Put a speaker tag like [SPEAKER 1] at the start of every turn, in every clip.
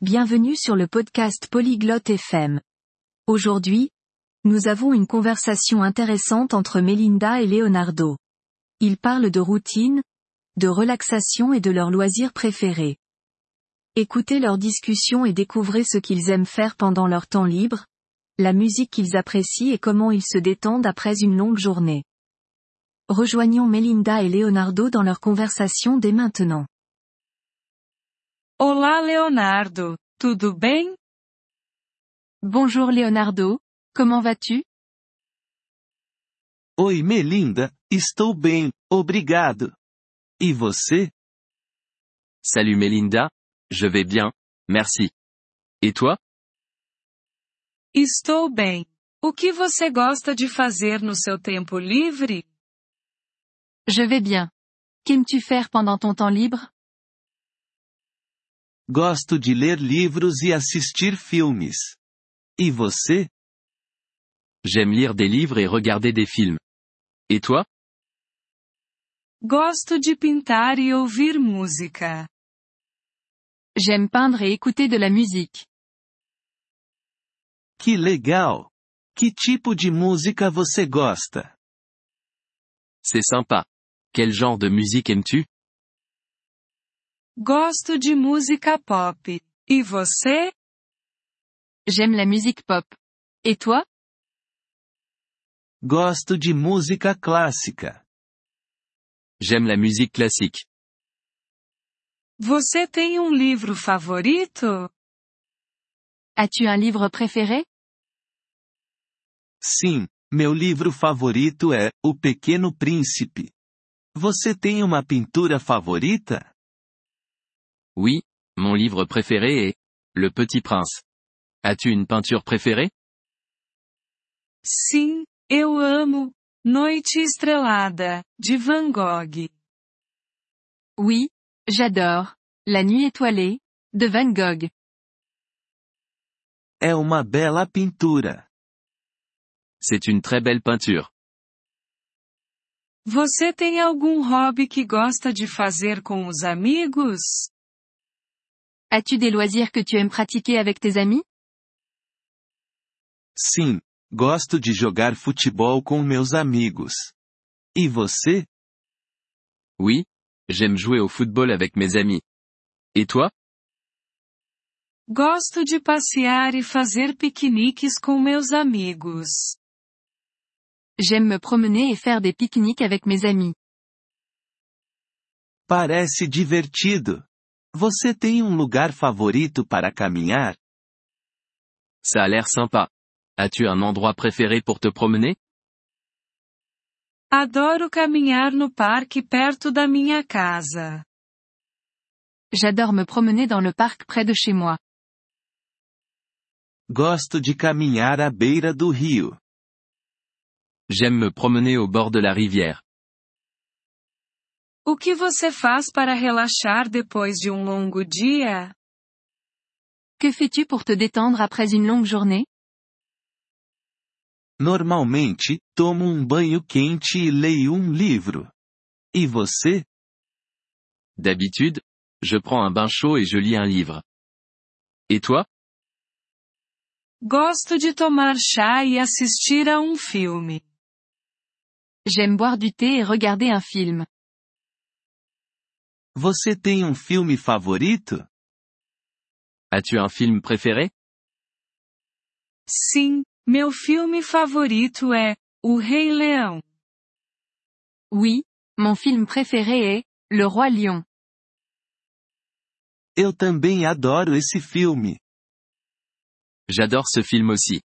[SPEAKER 1] Bienvenue sur le podcast Polyglotte FM. Aujourd'hui, nous avons une conversation intéressante entre Melinda et Leonardo. Ils parlent de routine, de relaxation et de leurs loisirs préférés. Écoutez leur discussion et découvrez ce qu'ils aiment faire pendant leur temps libre, la musique qu'ils apprécient et comment ils se détendent après une longue journée. Rejoignons Melinda et Leonardo dans leur conversation dès maintenant.
[SPEAKER 2] Olá, Leonardo. Tudo bem?
[SPEAKER 1] Bonjour Leonardo, comment vas-tu
[SPEAKER 3] Oi, Melinda, estou bem, obrigado. E você?
[SPEAKER 4] Salut Melinda, je vais bien, merci. Et toi
[SPEAKER 2] Estou bem. O que você gosta de fazer no seu tempo livre?
[SPEAKER 1] Je vais bien. Qu'aimes-tu faire pendant ton temps libre
[SPEAKER 3] Gosto de ler livros e assistir filmes. E você?
[SPEAKER 4] J'aime lire des livres et regarder des films. Et toi
[SPEAKER 2] Gosto de pintar e ouvir música.
[SPEAKER 1] J'aime peindre et écouter de la musique.
[SPEAKER 3] Que legal! Que tipo de música você gosta?
[SPEAKER 4] C'est sympa. Quel genre de musique aimes-tu
[SPEAKER 2] Gosto de música pop. E você?
[SPEAKER 1] J'aime la musique pop. Et toi
[SPEAKER 3] Gosto de música clássica.
[SPEAKER 4] J'aime la musique classique.
[SPEAKER 2] Você tem um livro favorito?
[SPEAKER 1] As-tu um un livre préféré
[SPEAKER 3] Sim, meu livro favorito é O Pequeno Príncipe. Você tem uma pintura favorita?
[SPEAKER 4] Oui, mon livre préféré est Le Petit Prince. As-tu une peinture préférée
[SPEAKER 2] Sim, eu amo. Noite Estrelada, de Van Gogh.
[SPEAKER 1] Oui, j'adore. La nuit étoilée, de Van Gogh.
[SPEAKER 3] É uma bela pintura.
[SPEAKER 4] C'est une très belle peinture.
[SPEAKER 2] Você tem algum hobby que gosta de fazer com os amigos?
[SPEAKER 1] As-tu des loisirs que tu aimes pratiquer avec tes amis
[SPEAKER 3] Sim, gosto de jogar futebol com meus amigos. E você?
[SPEAKER 4] Oui, j'aime jouer au football avec mes amis. Et toi
[SPEAKER 2] Gosto de passear e fazer piqueniques com meus amigos.
[SPEAKER 1] J'aime me promener et faire des pique-niques avec mes amis.
[SPEAKER 3] Parece divertido. Você tem um lugar favorito para caminhar?
[SPEAKER 4] Ça a l'air sympa. As-tu un endroit préféré pour te promener
[SPEAKER 2] Adoro caminhar no parque perto da minha casa.
[SPEAKER 1] J'adore me promener dans le parc près de chez moi.
[SPEAKER 3] Gosto de caminhar à beira do rio.
[SPEAKER 4] J'aime me promener au bord de la rivière.
[SPEAKER 2] O que você faz para relaxar depois de um longo dia?
[SPEAKER 1] Que fais-tu pour te détendre après une longue journée
[SPEAKER 3] Normalmente, tomo um banho quente e leio um livro. E você?
[SPEAKER 4] D'habitude, je prends un bain chaud et je lis un livre. Et toi
[SPEAKER 2] Gosto de tomar chá e assistir a um filme.
[SPEAKER 1] J'aime boire du thé et regarder un film.
[SPEAKER 3] Você tem um filme favorito?
[SPEAKER 4] As-tu un film préféré
[SPEAKER 2] Sim, meu filme favorito é O Rei Leão.
[SPEAKER 1] Oui, mon film préféré est Le Roi Lion.
[SPEAKER 3] Eu também adoro esse filme.
[SPEAKER 4] J'adore ce film aussi.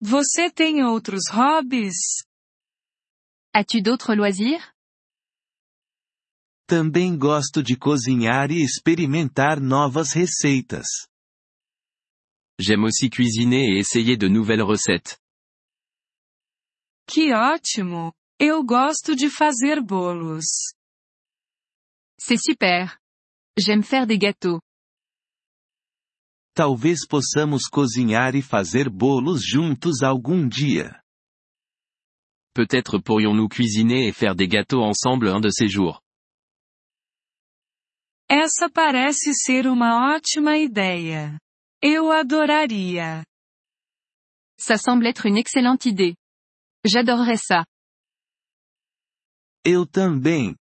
[SPEAKER 2] Você tem outros hobbies?
[SPEAKER 1] As-tu d'autres loisirs
[SPEAKER 3] Também gosto de cozinhar e experimentar novas receitas.
[SPEAKER 4] J'aime aussi cuisiner et essayer de nouvelles recettes.
[SPEAKER 2] Que ótimo! Eu gosto de fazer bolos.
[SPEAKER 1] C'est super. J'aime faire des gâteaux.
[SPEAKER 3] Talvez possamos cozinhar e fazer bolos juntos algum dia.
[SPEAKER 4] Peut-être pourrions-nous cuisiner et faire des gâteaux ensemble un de ces jours.
[SPEAKER 2] Essa parece ser uma ótima ideia. Eu adoraria.
[SPEAKER 5] Ça semble être une excellente idée. J'adorerais ça.
[SPEAKER 3] Eu também.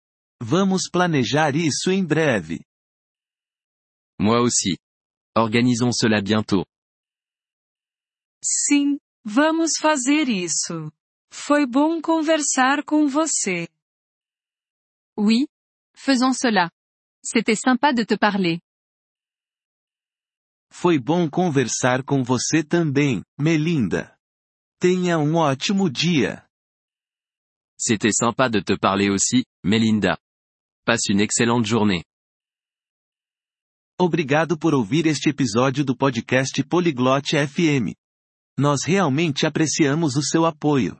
[SPEAKER 3] Vamos planejar isso em breve.
[SPEAKER 4] Moi aussi. Organisons cela bientôt.
[SPEAKER 2] Sim, vamos fazer isso. Foi bom conversar com você.
[SPEAKER 5] Oui. Faisons cela. C'était sympa de te parler.
[SPEAKER 3] Foi bom conversar com você também, Melinda. Tenha um ótimo dia.
[SPEAKER 4] C'était sympa de te parler aussi, Melinda. Passe une excellente journée.
[SPEAKER 3] Obrigado por ouvir este episódio do podcast Poliglote FM. Nós realmente apreciamos o seu apoio.